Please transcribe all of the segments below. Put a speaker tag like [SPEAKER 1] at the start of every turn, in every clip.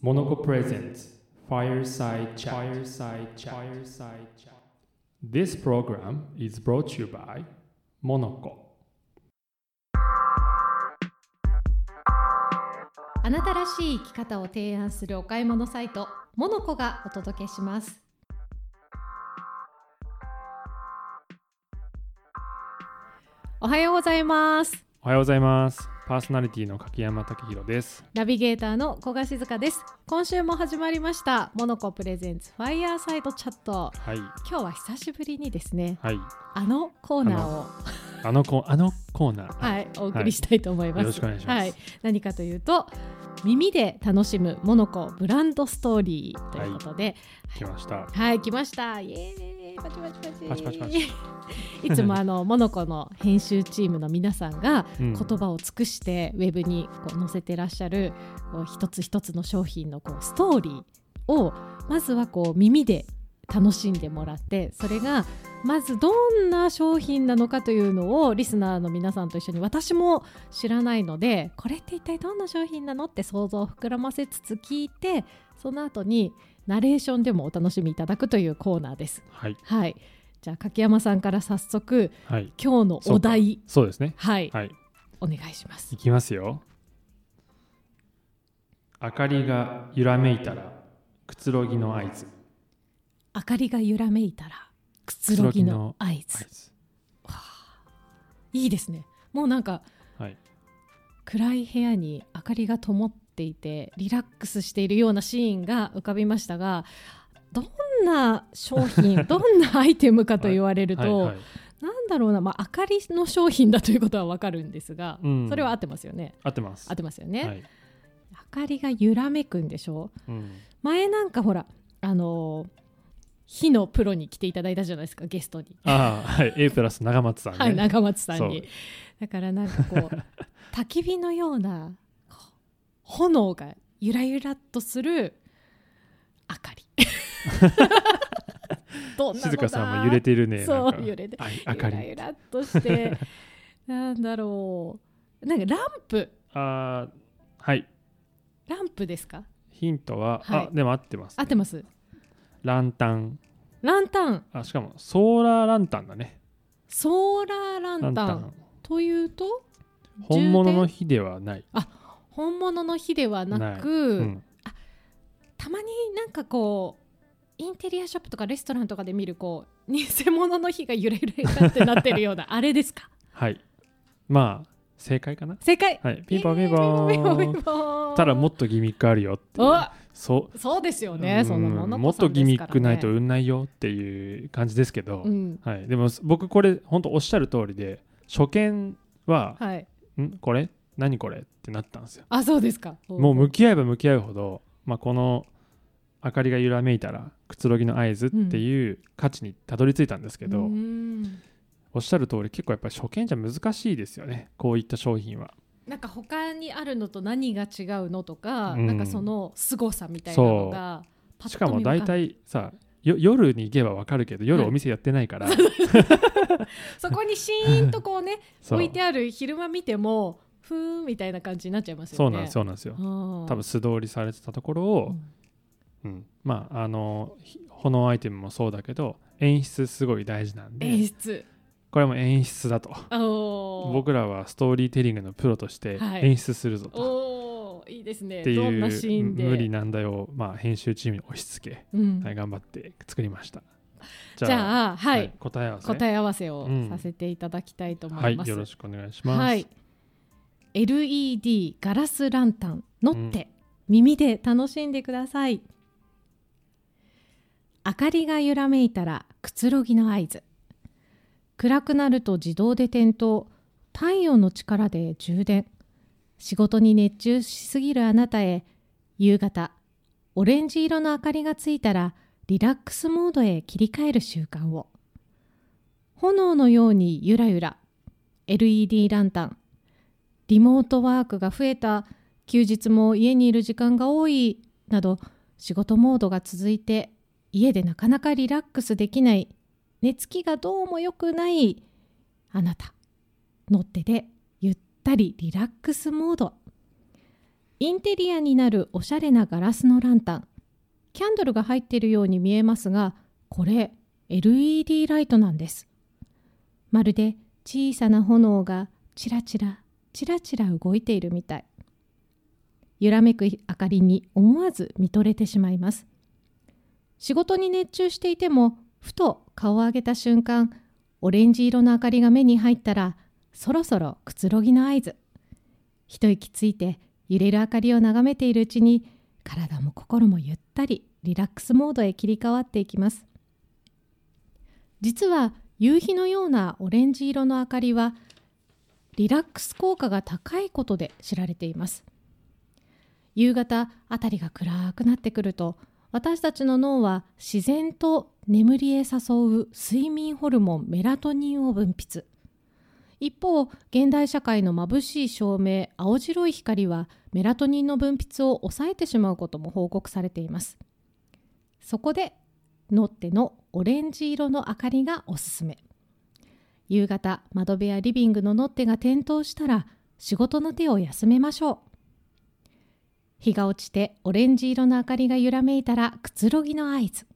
[SPEAKER 1] モノコプレゼンツ Fireside Chat Fireside Chat Fireside Chat This program is brought to you by モノコ
[SPEAKER 2] あなたらしい生き方を提案するお買い物サイトモノコがお届けしますおはようございます
[SPEAKER 1] おはようございますパーソナリティの柿山武博です
[SPEAKER 2] ナビゲーターの古賀静香です今週も始まりましたモノコプレゼンツファイヤーサイドチャット
[SPEAKER 1] はい
[SPEAKER 2] 今日は久しぶりにですね
[SPEAKER 1] はい
[SPEAKER 2] あのコーナーを
[SPEAKER 1] あのコあのコーナー、
[SPEAKER 2] はいお送りしたいと思います、
[SPEAKER 1] よろしくお願いします、
[SPEAKER 2] はい、何かというと耳で楽しむモノコブランドストーリーということで、
[SPEAKER 1] 来ました
[SPEAKER 2] はい、来ました。イエーイ、パチパチパチ。
[SPEAKER 1] パチパチパチ
[SPEAKER 2] いつもあのモノコの編集チームの皆さんが
[SPEAKER 1] うん
[SPEAKER 2] 言葉を尽くしてウェブにこう載せてらっしゃるこう一つ一つの商品のこうストーリーをまずはこう耳で楽しんでもらってそれがまずどんな商品なのかというのをリスナーの皆さんと一緒に私も知らないのでこれって一体どんな商品なのって想像を膨らませつつ聞いてその後にナレーションでもお楽しみいただくというコーナーです。
[SPEAKER 1] はい
[SPEAKER 2] はい、じゃあ柿山さんから早速
[SPEAKER 1] はい
[SPEAKER 2] 今日のお題
[SPEAKER 1] そうですね
[SPEAKER 2] はい、
[SPEAKER 1] はい
[SPEAKER 2] お願いします
[SPEAKER 1] い。きますよ明かりが揺らめいたらくつろぎの合図
[SPEAKER 2] 明かりが揺らめいたらくつろぎの合図。いいですね。もうなんか
[SPEAKER 1] はい
[SPEAKER 2] 暗い部屋に明かりが灯っていてリラックスしているようなシーンが浮かびましたがどんな商 品どんなアイテムかと言われると、
[SPEAKER 1] はいはい
[SPEAKER 2] なんだろうな、まあ、明かりの商品だということはわかるんですが、
[SPEAKER 1] うん
[SPEAKER 2] それは合ってますよね
[SPEAKER 1] 合ってます
[SPEAKER 2] 合ってますよね、
[SPEAKER 1] はい
[SPEAKER 2] 明かりが揺らめくんでしょ
[SPEAKER 1] うん
[SPEAKER 2] 前なんかほらあのー火のプロに来ていただいたじゃないですかゲストに、
[SPEAKER 1] ああはい A プラス長松さんね
[SPEAKER 2] はい長松さん
[SPEAKER 1] そ
[SPEAKER 2] に
[SPEAKER 1] う
[SPEAKER 2] だからなんかこ う焚き火のようなこう炎がゆらゆらっとする明かり どんなのだ
[SPEAKER 1] 静香さんも揺れてるね
[SPEAKER 2] そう
[SPEAKER 1] なんか
[SPEAKER 2] 揺れて
[SPEAKER 1] はい
[SPEAKER 2] ゆ
[SPEAKER 1] 明からり
[SPEAKER 2] ゆらっとして なんだろうなんかランプ
[SPEAKER 1] あーはい
[SPEAKER 2] ランプですか
[SPEAKER 1] ヒントは、
[SPEAKER 2] はい
[SPEAKER 1] あでも合ってます、
[SPEAKER 2] 合ってます
[SPEAKER 1] ランタン
[SPEAKER 2] ランタン
[SPEAKER 1] あしかもソーラーランタンだね
[SPEAKER 2] ソーラーランタ
[SPEAKER 1] ラ
[SPEAKER 2] ン
[SPEAKER 1] ンタン
[SPEAKER 2] というと
[SPEAKER 1] 本物の火ではない
[SPEAKER 2] 本物の火ではなく
[SPEAKER 1] うん、
[SPEAKER 2] たまになんかこうインテリアショップとかレストランとかで見るこう偽物の火がゆらゆらゆらってなってるようなあれですか
[SPEAKER 1] はいまあ正解かな
[SPEAKER 2] 正解
[SPEAKER 1] はいピンポン
[SPEAKER 2] イ
[SPEAKER 1] ピ
[SPEAKER 2] エ
[SPEAKER 1] ンポーン
[SPEAKER 2] ピンポンピンポン
[SPEAKER 1] ただもっとギミックあるよっていう
[SPEAKER 2] お
[SPEAKER 1] そう
[SPEAKER 2] そうですよ
[SPEAKER 1] う
[SPEAKER 2] ね
[SPEAKER 1] ん
[SPEAKER 2] そんなもの
[SPEAKER 1] もっとギミックないと売んないよっていう感じですけど、
[SPEAKER 2] うん
[SPEAKER 1] はい、でも僕これ本当おっしゃる通りで初見は
[SPEAKER 2] はい
[SPEAKER 1] 「んこれ何これ?」ってなったんですよ
[SPEAKER 2] あそうですか
[SPEAKER 1] もう向き合えば向き合うほど、まあ、この「明かりが揺らめいたらくつろぎの合図」っていう価値にたどり着いたんですけど、
[SPEAKER 2] うん
[SPEAKER 1] おっしゃる通り結構やっぱり初見じゃ難しいですよねこういった商品は
[SPEAKER 2] なんか他にあるのと何が違うのとか、
[SPEAKER 1] うん
[SPEAKER 2] なんかその凄さみたいなのがパ
[SPEAKER 1] し
[SPEAKER 2] ッ
[SPEAKER 1] か
[SPEAKER 2] と
[SPEAKER 1] も
[SPEAKER 2] 見向
[SPEAKER 1] 大
[SPEAKER 2] か
[SPEAKER 1] 体さよ夜に行けばわかるけど夜
[SPEAKER 2] はい
[SPEAKER 1] お店やってない から、
[SPEAKER 2] そこにシーンとこうね
[SPEAKER 1] そう
[SPEAKER 2] 置いてある昼間見てもふーんみたいな感じになっちゃいますよね
[SPEAKER 1] そうなんです
[SPEAKER 2] よ
[SPEAKER 1] そうなんですよ
[SPEAKER 2] 多
[SPEAKER 1] 多分素通りされてたところを、うん、まああのひ炎アイテムもそうだけど演出すごい大事なん
[SPEAKER 2] 演
[SPEAKER 1] で
[SPEAKER 2] 出
[SPEAKER 1] これも演出だと
[SPEAKER 2] おー
[SPEAKER 1] 僕らはストーリーテリングのプロとして
[SPEAKER 2] はい
[SPEAKER 1] 演出するぞと、
[SPEAKER 2] おーいいですね
[SPEAKER 1] って
[SPEAKER 2] どんなシ
[SPEAKER 1] い
[SPEAKER 2] ー
[SPEAKER 1] う
[SPEAKER 2] ンで
[SPEAKER 1] 無理難題を、まあ、編集チームに押し付け、
[SPEAKER 2] うん
[SPEAKER 1] はい、頑張って作りました
[SPEAKER 2] じゃあはい、
[SPEAKER 1] 答え合わせ
[SPEAKER 2] 答え合わせを
[SPEAKER 1] うん
[SPEAKER 2] させていただきたいと思
[SPEAKER 1] はいい
[SPEAKER 2] ます、
[SPEAKER 1] よろしくお願いします、
[SPEAKER 2] はい LED ガラスランタン乗って、耳で楽しんでください明かりが揺らめいたらくつろぎの合図暗くなると自動で点灯太陽の力で充電仕事に熱中しすぎるあなたへ夕方オレンジ色の明かりがついたらリラックスモードへ切り替える習慣を炎のようにゆらゆら LED ランタンリモートワークが増えた休日も家にいる時間が多いなど仕事モードが続いて家でなかなかリラックスできない寝つきがどうも良くないあなた乗ってでゆったりリラックスモードインテリアになるおしゃれなガラスのランタンキャンドルが入っているように見えますがこれ LED ライトなんですまるで小さな炎がちらちらちらちら動いているみたい揺らめく明かりに思わず見とれてしまいます仕事に熱中していてもふと顔を上げた瞬間オレンジ色の明かりが目に入ったらそろそろくつろぎの合図一息ついて揺れる明かりを眺めているうちに体も心もゆったりリラックスモードへ切り替わっていきます実は夕日のようなオレンジ色の明かりはリラックス効果が高いことで知られています夕方あたりが暗くなってくると私たちの脳は自然と眠りへ誘う睡眠ホルモンメラトニンを分泌一方現代社会の眩しい照明青白い光はメラトニンの分泌を抑えてしまうことも報告されていますそこでノッテのオレンジ色の明かりがおすすめ夕方窓辺やリビングのノッテが点灯したら仕事の手を休めましょう日が落ちてオレンジ色の明かりが揺らめいたらくつろぎの合図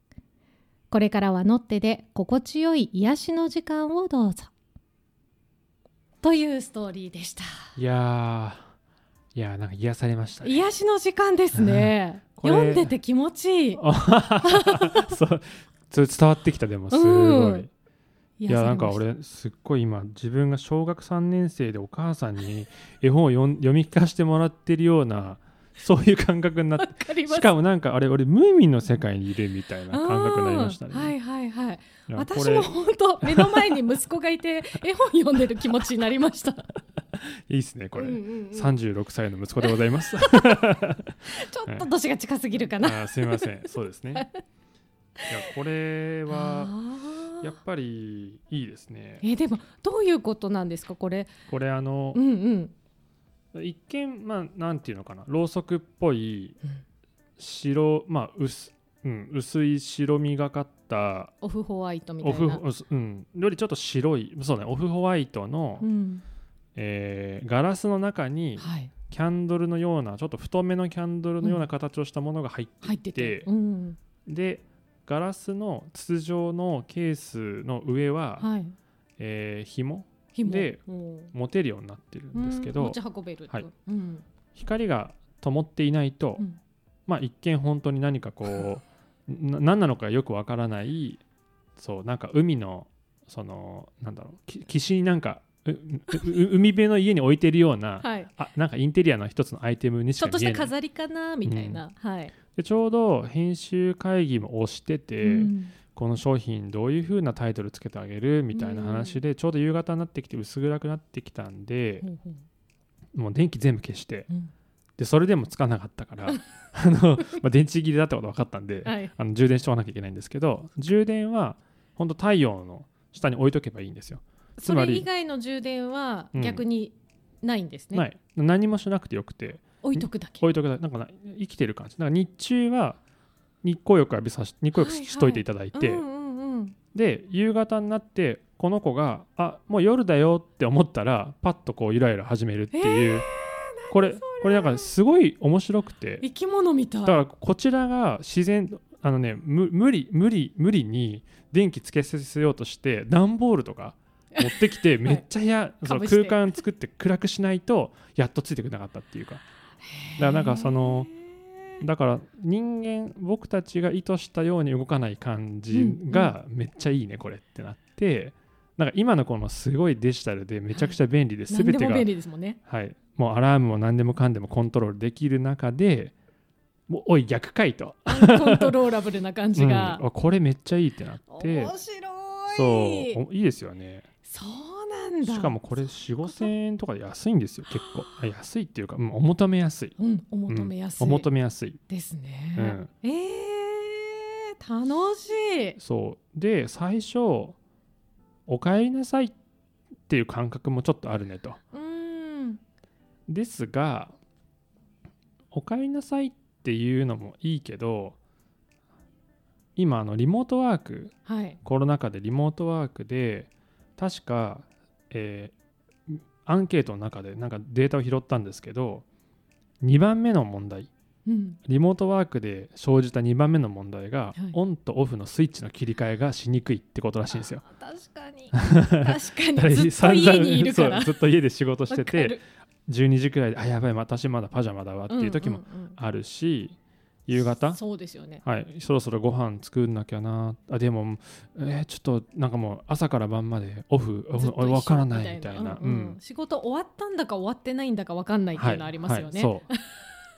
[SPEAKER 2] これからはノッテで心地よい癒しの時間をどうぞというストーリーでした
[SPEAKER 1] いやーいやーなんか癒されましたね
[SPEAKER 2] 癒しの時間ですね
[SPEAKER 1] うんこれ
[SPEAKER 2] 読んでて気持ちいい
[SPEAKER 1] あ そうそれ伝わってきたでもすごい、
[SPEAKER 2] うん
[SPEAKER 1] いやなんか俺すっごい今自分が小学3年生でお母さんに 絵本を読ん読み聞かせてもらってるようなそういう感覚にな って
[SPEAKER 2] わかります
[SPEAKER 1] しかもなんかあれ俺ムーミンの世界にいるみたいな感覚になりましたね、
[SPEAKER 2] あーはいはいはい
[SPEAKER 1] いやこ
[SPEAKER 2] 私
[SPEAKER 1] れ
[SPEAKER 2] も本当目の前に息子が いて絵本読んでる気持ちになりました
[SPEAKER 1] いいっす ねこれ、
[SPEAKER 2] うんうんうんちょ
[SPEAKER 1] 36歳の息子でございます
[SPEAKER 2] っと年が近すぎるか
[SPEAKER 1] あ
[SPEAKER 2] な
[SPEAKER 1] ーすみませんそうですねいやこれは
[SPEAKER 2] あー
[SPEAKER 1] やっぱりいいですね
[SPEAKER 2] えーでもどういうことなんですかこれ
[SPEAKER 1] これあの
[SPEAKER 2] うんうん
[SPEAKER 1] 一見まあなんていうのかなろうそくっぽい
[SPEAKER 2] うん
[SPEAKER 1] 白まあ薄,、うん、薄い白みがかった
[SPEAKER 2] オフホワイトみた
[SPEAKER 1] オ
[SPEAKER 2] い
[SPEAKER 1] フ
[SPEAKER 2] な
[SPEAKER 1] うんよりちょっと白いそうねオフホワイトの、
[SPEAKER 2] うん
[SPEAKER 1] えーガラスの中に
[SPEAKER 2] はい
[SPEAKER 1] キャンドルのようなちょっと太めのキャンドルのような形をしたものが入って
[SPEAKER 2] 入ってて
[SPEAKER 1] で
[SPEAKER 2] うん
[SPEAKER 1] でガラスの筒状のケースの上は、
[SPEAKER 2] はい
[SPEAKER 1] えー紐
[SPEAKER 2] 紐
[SPEAKER 1] で
[SPEAKER 2] うん
[SPEAKER 1] 持てるようになってるんですけど、
[SPEAKER 2] うん持ち運べると
[SPEAKER 1] はい
[SPEAKER 2] うん
[SPEAKER 1] 光が灯っていないと、
[SPEAKER 2] うん
[SPEAKER 1] まあ一見本当に何かこう な何なのかよくわからないそうなんか海のそのなんだろうき岸になんかううう海辺の家に置いてるような、
[SPEAKER 2] はい
[SPEAKER 1] あなんかインテリアの一つのアイテムにし
[SPEAKER 2] ちょ
[SPEAKER 1] か
[SPEAKER 2] っとし
[SPEAKER 1] 見え
[SPEAKER 2] た
[SPEAKER 1] ない
[SPEAKER 2] 飾りかなみたいなはい
[SPEAKER 1] でちょうど編集会議も押してて、
[SPEAKER 2] うん
[SPEAKER 1] この商品どういう風なタイトルつけてあげるみたいな話で、ちょうど夕方になってきて薄暗くなってきたんで、
[SPEAKER 2] ほうほう
[SPEAKER 1] もう電気全部消して
[SPEAKER 2] うん
[SPEAKER 1] でそれでもつかなかった からあの、まあ、電池切れだってこと分かったんで、
[SPEAKER 2] はい
[SPEAKER 1] あの充電しておかなきゃいけないんですけど充電は本当太陽の下に置いとけばいいんですよ、つ
[SPEAKER 2] そ
[SPEAKER 1] ま
[SPEAKER 2] れ
[SPEAKER 1] り
[SPEAKER 2] 以外の充電は
[SPEAKER 1] うん
[SPEAKER 2] 逆にないんですね、
[SPEAKER 1] ない何もしなくてよくて
[SPEAKER 2] 置いとくだけ
[SPEAKER 1] 置いとくだなんかな生きてる感じなんか日中は日光浴浴びさし日光浴ししといていただいて、
[SPEAKER 2] うんうんうん、
[SPEAKER 1] で夕方になってこの子があもう夜だよって思ったらパッとこうゆらゆら始めるっていう、これこれなんかすごい面白くて
[SPEAKER 2] 生き物みたい
[SPEAKER 1] だからこちらが自然あのねむ無理無理無理に電気つけさせようとして段ボールとか持ってき てめっちゃ部屋、その
[SPEAKER 2] 被して
[SPEAKER 1] 空間作って暗くしないとやっとついてくれなかったっていうかだからなんかそのだから人間僕たちが意図したように動かない感じがめっちゃいいねこれってなってなんか今のこのすごいデジタルでめちゃくちゃ便利で全
[SPEAKER 2] 何
[SPEAKER 1] て
[SPEAKER 2] でも
[SPEAKER 1] が
[SPEAKER 2] 便利ですもんね
[SPEAKER 1] はい、もうアラームも何でもかんでもコントロールできる中でもうおい逆かいと、
[SPEAKER 2] コントローラブルな感 じ
[SPEAKER 1] うん
[SPEAKER 2] が、
[SPEAKER 1] あこれめっちゃいいってなって
[SPEAKER 2] 面白い
[SPEAKER 1] そうおいいですよね
[SPEAKER 2] そうなんだ
[SPEAKER 1] しかもこれ4 5千円とかで安いんですよ結構あ安いっていうか、うん、お求めやすい
[SPEAKER 2] うんお求めやす
[SPEAKER 1] う
[SPEAKER 2] い、
[SPEAKER 1] んお求めやすい
[SPEAKER 2] ですね、
[SPEAKER 1] うん
[SPEAKER 2] えー、楽しい
[SPEAKER 1] そうで最初「おかえりなさい」っていう感覚もちょっとあるねと
[SPEAKER 2] うん
[SPEAKER 1] ですが「おかえりなさい」っていうのもいいけど今あのリモートワーク
[SPEAKER 2] はい
[SPEAKER 1] コロナ禍でリモートワークで確か、えーアンケートの中でなんかデータを拾ったんですけど2番目の問題
[SPEAKER 2] うん
[SPEAKER 1] リモートワークで生じた2番目の問題が、
[SPEAKER 2] はい
[SPEAKER 1] オンとオフのスイッチの切り替えがしにくいってことらしいんですよ。
[SPEAKER 2] 確かに 確かにずっと家にいるから
[SPEAKER 1] そうずっと家で仕事して
[SPEAKER 2] わか
[SPEAKER 1] て
[SPEAKER 2] る
[SPEAKER 1] 12時くらいで「あやばい私まだパジャマだわ」っていう時も
[SPEAKER 2] んんうん
[SPEAKER 1] あるし、夕方
[SPEAKER 2] そうですよね
[SPEAKER 1] はい、そろそろご飯作んなきゃなあでも、えーちょっとなんかもう朝から晩までオフオ
[SPEAKER 2] ず
[SPEAKER 1] フ
[SPEAKER 2] っと一緒
[SPEAKER 1] わからないみたいな。
[SPEAKER 2] うんうん仕事終わったんだか終わってないんだかわかんないっていうのありますよね、
[SPEAKER 1] はいはいそう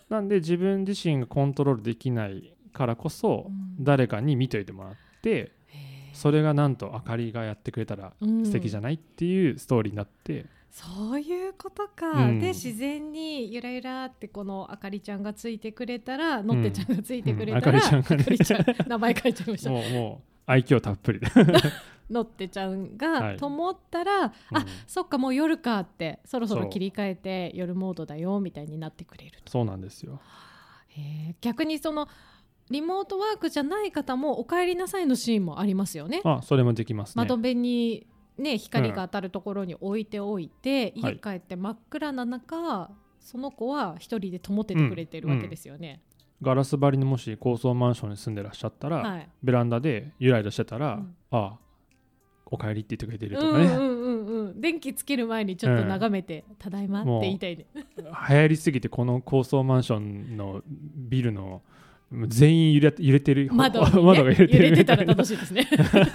[SPEAKER 1] なんで自分自身がコントロールできないからこそ、
[SPEAKER 2] うん
[SPEAKER 1] 誰かに見といてもらって
[SPEAKER 2] へー
[SPEAKER 1] それがなんとあかりがやってくれたら
[SPEAKER 2] うん
[SPEAKER 1] 素敵じゃないっていうストーリーになって、
[SPEAKER 2] そういうことか、
[SPEAKER 1] うん
[SPEAKER 2] で自然にゆらゆらってこのあかりちゃんがついてくれたら、のってちゃんがついてくれたら、
[SPEAKER 1] うんあかりちゃんがね
[SPEAKER 2] あかりちゃん名前書いちゃい ました
[SPEAKER 1] もうもう愛嬌たっぷり で、
[SPEAKER 2] のってちゃん
[SPEAKER 1] は
[SPEAKER 2] が
[SPEAKER 1] い
[SPEAKER 2] と思ったら、
[SPEAKER 1] うん
[SPEAKER 2] あそっかもう夜かってそろそろ
[SPEAKER 1] そう
[SPEAKER 2] 切り替えて夜モードだよみたいになってくれる
[SPEAKER 1] そうなんですよ
[SPEAKER 2] へー逆にそのリモートワークじゃない方も「お帰りなさい」のシーンもありますよね。
[SPEAKER 1] あそれもできますね、
[SPEAKER 2] 窓辺にね光が当たるところに置いておいて、
[SPEAKER 1] は
[SPEAKER 2] 家
[SPEAKER 1] い
[SPEAKER 2] 帰って真っ暗な中、その子は一人で灯っててくれてるわけですよね。
[SPEAKER 1] ガラス張りのもし高層マンションに住んでらっしゃったら、
[SPEAKER 2] はい。
[SPEAKER 1] ベランダでゆらゆらしてたら、
[SPEAKER 2] うん
[SPEAKER 1] あおかえりって言ってくれてる
[SPEAKER 2] う
[SPEAKER 1] と
[SPEAKER 2] ん
[SPEAKER 1] か
[SPEAKER 2] う
[SPEAKER 1] ね、
[SPEAKER 2] んうんうん。電気つける前にちょっと眺めて、 ただいまって言いたいね。
[SPEAKER 1] 流行りすぎてこの高層マンションのビルの全員揺れ揺れてる
[SPEAKER 2] 窓にね、
[SPEAKER 1] 窓が揺れてるみた
[SPEAKER 2] た
[SPEAKER 1] い
[SPEAKER 2] ら
[SPEAKER 1] な
[SPEAKER 2] 楽しいですね。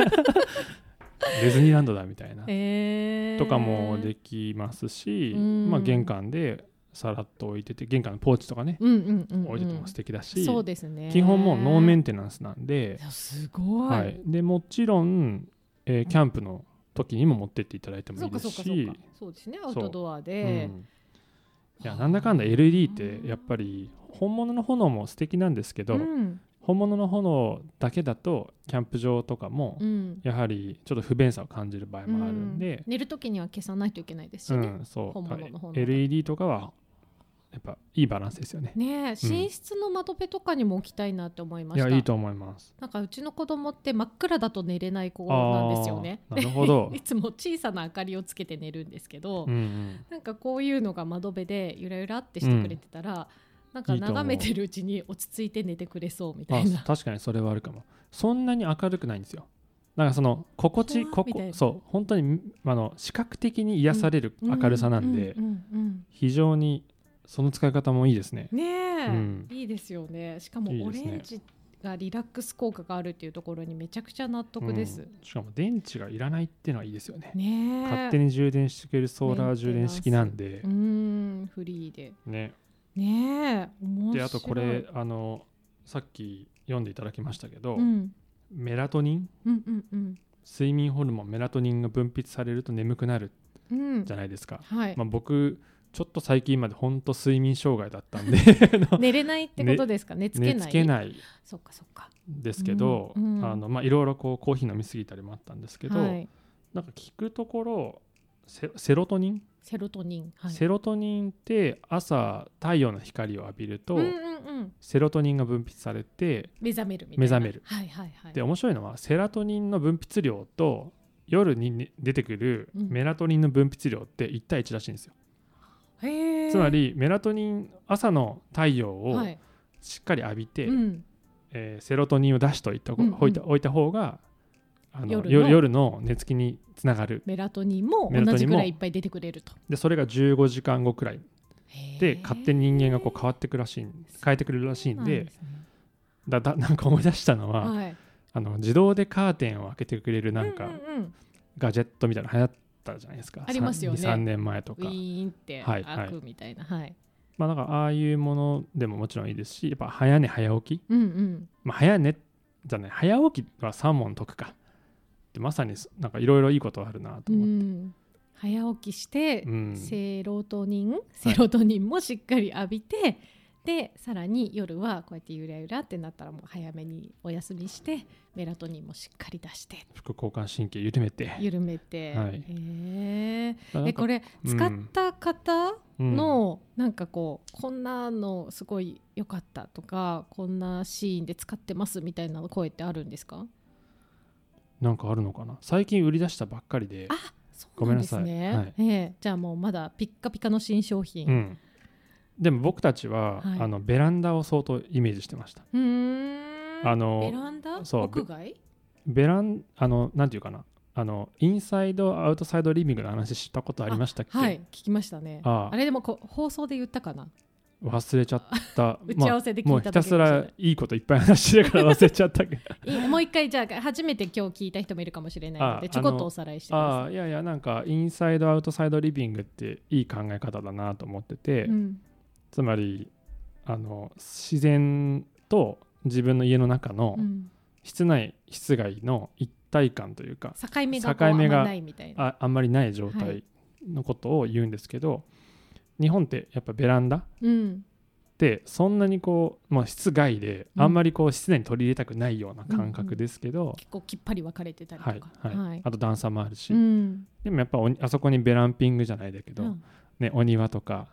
[SPEAKER 1] ディズニーランドだみたいな、
[SPEAKER 2] へー
[SPEAKER 1] とかもできますし、
[SPEAKER 2] うん
[SPEAKER 1] まあ、玄関でさらっと置いてて玄関のポーチとかね、
[SPEAKER 2] うんうんうんうん、
[SPEAKER 1] 置いてても素敵だし
[SPEAKER 2] そうですね。
[SPEAKER 1] 基本もうノーメ
[SPEAKER 2] ン。
[SPEAKER 1] ンテナンスなんで、
[SPEAKER 2] すごい。
[SPEAKER 1] はいでもちろん、えーキャンプの時にも持ってっていただいてもい
[SPEAKER 2] そ
[SPEAKER 1] うい
[SPEAKER 2] か
[SPEAKER 1] で
[SPEAKER 2] そ
[SPEAKER 1] す
[SPEAKER 2] うかそう
[SPEAKER 1] し
[SPEAKER 2] か。そうですね。アウトドアで。
[SPEAKER 1] うんいやなんだかんだ LED ってやっぱり本物の炎も素敵なんですけど、
[SPEAKER 2] うん
[SPEAKER 1] 本物の炎だけだとキャンプ場とかも
[SPEAKER 2] うん。
[SPEAKER 1] やはりちょっと不便さを感じる場合もあるん
[SPEAKER 2] うん
[SPEAKER 1] で、
[SPEAKER 2] 寝るときには消さないといけないですし
[SPEAKER 1] うん
[SPEAKER 2] ね。
[SPEAKER 1] そう
[SPEAKER 2] 本物の炎
[SPEAKER 1] LED とかはやっぱいいバランスですよね。
[SPEAKER 2] ねえ、寝室の窓辺とかにも置きたいなって思いま
[SPEAKER 1] い
[SPEAKER 2] した。
[SPEAKER 1] やいいと思います。
[SPEAKER 2] なんかうちの子供って真っ暗だと寝れない子なんですよね。
[SPEAKER 1] あーなる ほど
[SPEAKER 2] い。つも小さな明かりをつけて寝るんですけど、
[SPEAKER 1] うんうん、
[SPEAKER 2] なんかこういうのが窓辺でゆらゆらってしてくれてたら、なんか
[SPEAKER 1] いいと思う
[SPEAKER 2] 眺めてるうちに落ち着いて寝てくれそうみたい
[SPEAKER 1] あ
[SPEAKER 2] な。
[SPEAKER 1] 確かにそれはあるかも。そんなに明るくないんですよ。なんかその心地
[SPEAKER 2] ふわー
[SPEAKER 1] こ
[SPEAKER 2] みたい
[SPEAKER 1] こ
[SPEAKER 2] な
[SPEAKER 1] そう本当にあの視覚的に癒される明るさなんで、
[SPEAKER 2] ううんうん
[SPEAKER 1] 非常にその使い方もいいですね。
[SPEAKER 2] うんねえ、
[SPEAKER 1] うん
[SPEAKER 2] いいですよね。しかも
[SPEAKER 1] いい
[SPEAKER 2] オ
[SPEAKER 1] です
[SPEAKER 2] レ
[SPEAKER 1] ね
[SPEAKER 2] ンジがリラックス効果があるっていうところにめちゃくちゃ納得です。
[SPEAKER 1] うんしかも電池がいらないっていうのはいいですよね。
[SPEAKER 2] ねえ。
[SPEAKER 1] 勝手に充電してくれるソーラー充電式なんで
[SPEAKER 2] う、んフリーで。
[SPEAKER 1] ね、
[SPEAKER 2] ねえ面白い。
[SPEAKER 1] であとこれあのさっき読んでいただきましたけど、
[SPEAKER 2] うん
[SPEAKER 1] メラトニン
[SPEAKER 2] うんうんうん
[SPEAKER 1] 睡眠ホルモンメラトニンが分泌されると眠くなる
[SPEAKER 2] うん
[SPEAKER 1] じゃないですか、
[SPEAKER 2] はい、
[SPEAKER 1] まあ、僕ちょっと最近まで本当睡眠障害だったん であの
[SPEAKER 2] 寝れないってことですか、寝つけない
[SPEAKER 1] 寝つけ
[SPEAKER 2] い
[SPEAKER 1] ない
[SPEAKER 2] そっかそっか
[SPEAKER 1] ですけど、
[SPEAKER 2] うんうん
[SPEAKER 1] あのまあいろいろこうコーヒー飲みすぎたりもあったんですけど、
[SPEAKER 2] はい、
[SPEAKER 1] なんか聞くところセセロトニン、
[SPEAKER 2] セロトニン、はい、
[SPEAKER 1] セロトニンって朝太陽の光を浴びると、
[SPEAKER 2] うんうんうん、
[SPEAKER 1] セロトニンが分泌されて
[SPEAKER 2] 目覚めるみたいな
[SPEAKER 1] 目覚める
[SPEAKER 2] はいはいはい
[SPEAKER 1] で面白いのはセラトニンの分泌量と夜にね出てくる
[SPEAKER 2] うん
[SPEAKER 1] メラトニンの分泌量って1対1らしいんですよ、
[SPEAKER 2] へー
[SPEAKER 1] つまりメラトニン朝の太陽を
[SPEAKER 2] はい
[SPEAKER 1] しっかり浴びて、
[SPEAKER 2] うん、
[SPEAKER 1] えーセロトニンを出しておいた,、
[SPEAKER 2] うんうん
[SPEAKER 1] 置いた置いた方があの
[SPEAKER 2] 夜
[SPEAKER 1] 夜の
[SPEAKER 2] の
[SPEAKER 1] の寝つきにつながる
[SPEAKER 2] メラトニンも
[SPEAKER 1] メラトニンも
[SPEAKER 2] 同じぐらいいっぱい出てくれると
[SPEAKER 1] でそれが15時間後くらいで勝手に人間がこう変わってくらしい変えてくれるらしいんでだだ なんか思い出したのは、
[SPEAKER 2] はい
[SPEAKER 1] あの自動でカーテンを開けてくれるなんか、
[SPEAKER 2] うんうんうん
[SPEAKER 1] ガジェットみたいなの流行ったじゃないですか
[SPEAKER 2] ありますよね
[SPEAKER 1] 23年前と
[SPEAKER 2] ウ
[SPEAKER 1] か
[SPEAKER 2] ィーンって
[SPEAKER 1] はいはい
[SPEAKER 2] 開くみたいなはい、
[SPEAKER 1] まあなんかああいうものでももちろんいいですしやっぱ早寝早起き、
[SPEAKER 2] うんうん
[SPEAKER 1] まあ、早寝じゃない早起きは3問解くかでまさにそなんかいろいろいいことあるなと
[SPEAKER 2] う
[SPEAKER 1] 思って、
[SPEAKER 2] ん早起きして、
[SPEAKER 1] うん
[SPEAKER 2] セロトニンセロトニンもしっかり浴びて、でさらに夜はこうやってゆらゆらってなったらもう早めにお休みしてメラトニンもしっかり出して
[SPEAKER 1] 副交感神経緩めて
[SPEAKER 2] 緩めて、
[SPEAKER 1] はい
[SPEAKER 2] へ
[SPEAKER 1] な
[SPEAKER 2] ー
[SPEAKER 1] ん
[SPEAKER 2] え
[SPEAKER 1] か
[SPEAKER 2] これ
[SPEAKER 1] うん
[SPEAKER 2] 使った方
[SPEAKER 1] うん
[SPEAKER 2] の、なんかこうこんなのすごい良かったとかこんなシーンで使ってますみたいな声ってあるんですか
[SPEAKER 1] なんかあるのかな最近売り出したばっかりで
[SPEAKER 2] あそうなんです
[SPEAKER 1] ごめん
[SPEAKER 2] ね
[SPEAKER 1] なさいはい
[SPEAKER 2] ええじゃあもうまだピッカピカの新商品、
[SPEAKER 1] うんでも僕たちは、
[SPEAKER 2] はい
[SPEAKER 1] あのベランダを相当イメージしてました
[SPEAKER 2] うーん
[SPEAKER 1] あ
[SPEAKER 2] ベ
[SPEAKER 1] の
[SPEAKER 2] ランダ
[SPEAKER 1] そう
[SPEAKER 2] 屋外
[SPEAKER 1] ベランあのなんていうかなあのインサイドアウトサイドリビングの話したことありましたっけ、
[SPEAKER 2] はい聞きましたねあ
[SPEAKER 1] ああ
[SPEAKER 2] れでもこう放送で言ったかな
[SPEAKER 1] 忘れちゃった
[SPEAKER 2] 打ち合わ
[SPEAKER 1] せ
[SPEAKER 2] せで聞
[SPEAKER 1] もう
[SPEAKER 2] い
[SPEAKER 1] ひ
[SPEAKER 2] ただ
[SPEAKER 1] た
[SPEAKER 2] け
[SPEAKER 1] す
[SPEAKER 2] かもしれ
[SPEAKER 1] らいいこといっぱい話してるから忘れちゃった けど
[SPEAKER 2] ないいもう一回じゃあ初めて今日聞いた人もいるかもしれないので
[SPEAKER 1] あ
[SPEAKER 2] ちょこっとおさらいしてくだ
[SPEAKER 1] あ
[SPEAKER 2] さ
[SPEAKER 1] あいやいやなんかインサイドアウトサイドリビングっていい考え方だなと思ってて、
[SPEAKER 2] い、うん
[SPEAKER 1] つまりあの自然と自分の家の中の
[SPEAKER 2] うん、
[SPEAKER 1] 室内室外の一体感というか、
[SPEAKER 2] 境目がこう
[SPEAKER 1] 境目が
[SPEAKER 2] あんまないみたいな
[SPEAKER 1] ああんまりない状
[SPEAKER 2] は
[SPEAKER 1] 態
[SPEAKER 2] い
[SPEAKER 1] のことを言うんですけど、日本ってやっぱベランダっ
[SPEAKER 2] うん
[SPEAKER 1] てそんなにこう、まあ、室外で
[SPEAKER 2] うん
[SPEAKER 1] あんまりこう室内に取り入れたくないような感覚ですけど、
[SPEAKER 2] 結構きっぱり分かれてたりと
[SPEAKER 1] はい
[SPEAKER 2] か
[SPEAKER 1] はい
[SPEAKER 2] はい
[SPEAKER 1] あと段差もあるし、
[SPEAKER 2] うん
[SPEAKER 1] でもやっぱおにあそこにベランピングじゃないだけど、
[SPEAKER 2] うん
[SPEAKER 1] ね、お庭とか、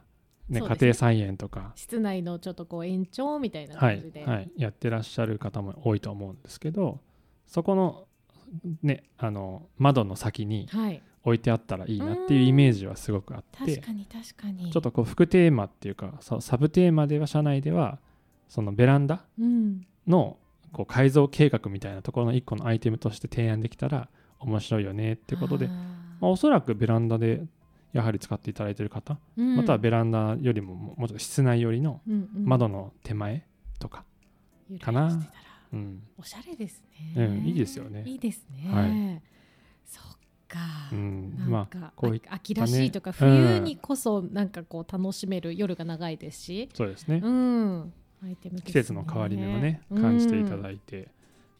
[SPEAKER 1] ね
[SPEAKER 2] そうです
[SPEAKER 1] 家
[SPEAKER 2] ね
[SPEAKER 1] 庭菜園とか、
[SPEAKER 2] 室内のちょっとこう延長みたいな
[SPEAKER 1] は
[SPEAKER 2] 感
[SPEAKER 1] い
[SPEAKER 2] じで、
[SPEAKER 1] はい、やってらっしゃる方も多いと思うんですけどそこの,、ね、あの窓の先に
[SPEAKER 2] はい
[SPEAKER 1] 置いてあったらいいなっていうイメージはすごくあって
[SPEAKER 2] 確かに確かに
[SPEAKER 1] ちょっとこう副テーマっていうかさサブテーマでは社内ではそのベランダ
[SPEAKER 2] うん、
[SPEAKER 1] のこう改造計画みたいなところの一個のアイテムとして提案できたら面白いよねってことで
[SPEAKER 2] あー
[SPEAKER 1] まあ、おそらくベランダでやはり使っていただいている方、
[SPEAKER 2] うん
[SPEAKER 1] またはベランダよりもももうちょっと室内寄りの
[SPEAKER 2] うんうん
[SPEAKER 1] 窓の手前とか、
[SPEAKER 2] ゆらゆら
[SPEAKER 1] かな
[SPEAKER 2] してたら
[SPEAKER 1] うん
[SPEAKER 2] おしゃれです
[SPEAKER 1] う
[SPEAKER 2] ね、
[SPEAKER 1] んいいですよね
[SPEAKER 2] いいですね、
[SPEAKER 1] は
[SPEAKER 2] そっか、
[SPEAKER 1] うん
[SPEAKER 2] なんか、
[SPEAKER 1] まあこういっ
[SPEAKER 2] 秋らしいとか、
[SPEAKER 1] たねうん
[SPEAKER 2] 冬にこそなんかこう楽しめる夜が長いですし、
[SPEAKER 1] そうですね、
[SPEAKER 2] うん、アイテムですね
[SPEAKER 1] 季節の変わり目をね感じていただいて、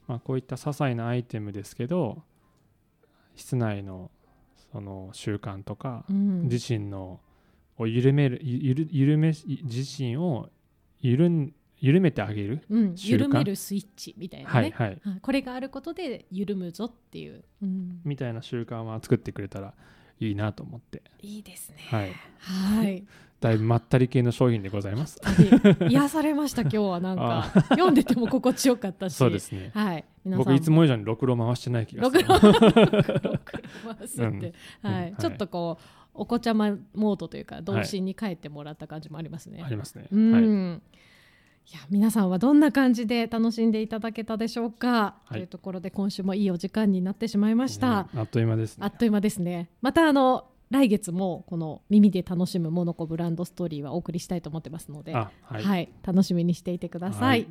[SPEAKER 1] まあ、こういった些細なアイテムですけど室内のその習慣とか、
[SPEAKER 2] うんうん
[SPEAKER 1] 自身のを緩めるゆゆる緩め自身を緩ん緩めてあげる、
[SPEAKER 2] うん
[SPEAKER 1] 習慣
[SPEAKER 2] 緩めるスイッチみたいなね、
[SPEAKER 1] はいはい
[SPEAKER 2] はいこれがあることで緩むぞっていう、うん
[SPEAKER 1] みたいな習慣は作ってくれたらいいなと思って、
[SPEAKER 2] いいですね。
[SPEAKER 1] はい、
[SPEAKER 2] はい、
[SPEAKER 1] だいぶまったり系の商品でございます。
[SPEAKER 2] 本当に癒されました今日はなんか
[SPEAKER 1] あ
[SPEAKER 2] 読んでても心地よかったし、
[SPEAKER 1] そうですね。
[SPEAKER 2] はい、皆さん
[SPEAKER 1] 僕いつも以上にろくろ回してない気が
[SPEAKER 2] ろ
[SPEAKER 1] す
[SPEAKER 2] く
[SPEAKER 1] る。
[SPEAKER 2] ろ ろくろ回すって、
[SPEAKER 1] うん
[SPEAKER 2] は
[SPEAKER 1] う
[SPEAKER 2] い
[SPEAKER 1] ん、
[SPEAKER 2] ちょっとこうお子ちゃまモードというか童心に帰ってもらった感じもあります ね。
[SPEAKER 1] ありますね。
[SPEAKER 2] うん、、
[SPEAKER 1] はいい。
[SPEAKER 2] や皆さんはどんな感じで楽しんでいただけたでしょうか、
[SPEAKER 1] い
[SPEAKER 2] というところで今週もいいお時間になってしまいました。
[SPEAKER 1] うんあっという間ですね。
[SPEAKER 2] あっという間ですね。またあの来月もこの耳で楽しむモノコブランドストーリーはお送りしたいと思ってますので、
[SPEAKER 1] あ
[SPEAKER 2] は、
[SPEAKER 1] はいい。
[SPEAKER 2] 楽しみにしていてくださ
[SPEAKER 1] はいい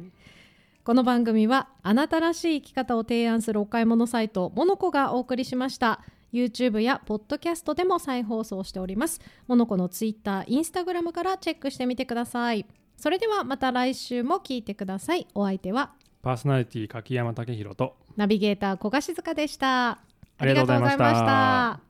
[SPEAKER 2] この番組はあなたらしい生き方を提案するお買い物サイトモノコがお送りしました YouTube やポッドキャストでも再放送しておりますモノコの Twitter、Instagram からチェックしてみてくださいそれではまた来週も聞いてくださいお相手は
[SPEAKER 1] パーソナリティ柿山武宏と
[SPEAKER 2] ナビゲーター小賀静香でした
[SPEAKER 1] ありがとうございました
[SPEAKER 2] ありがとうございました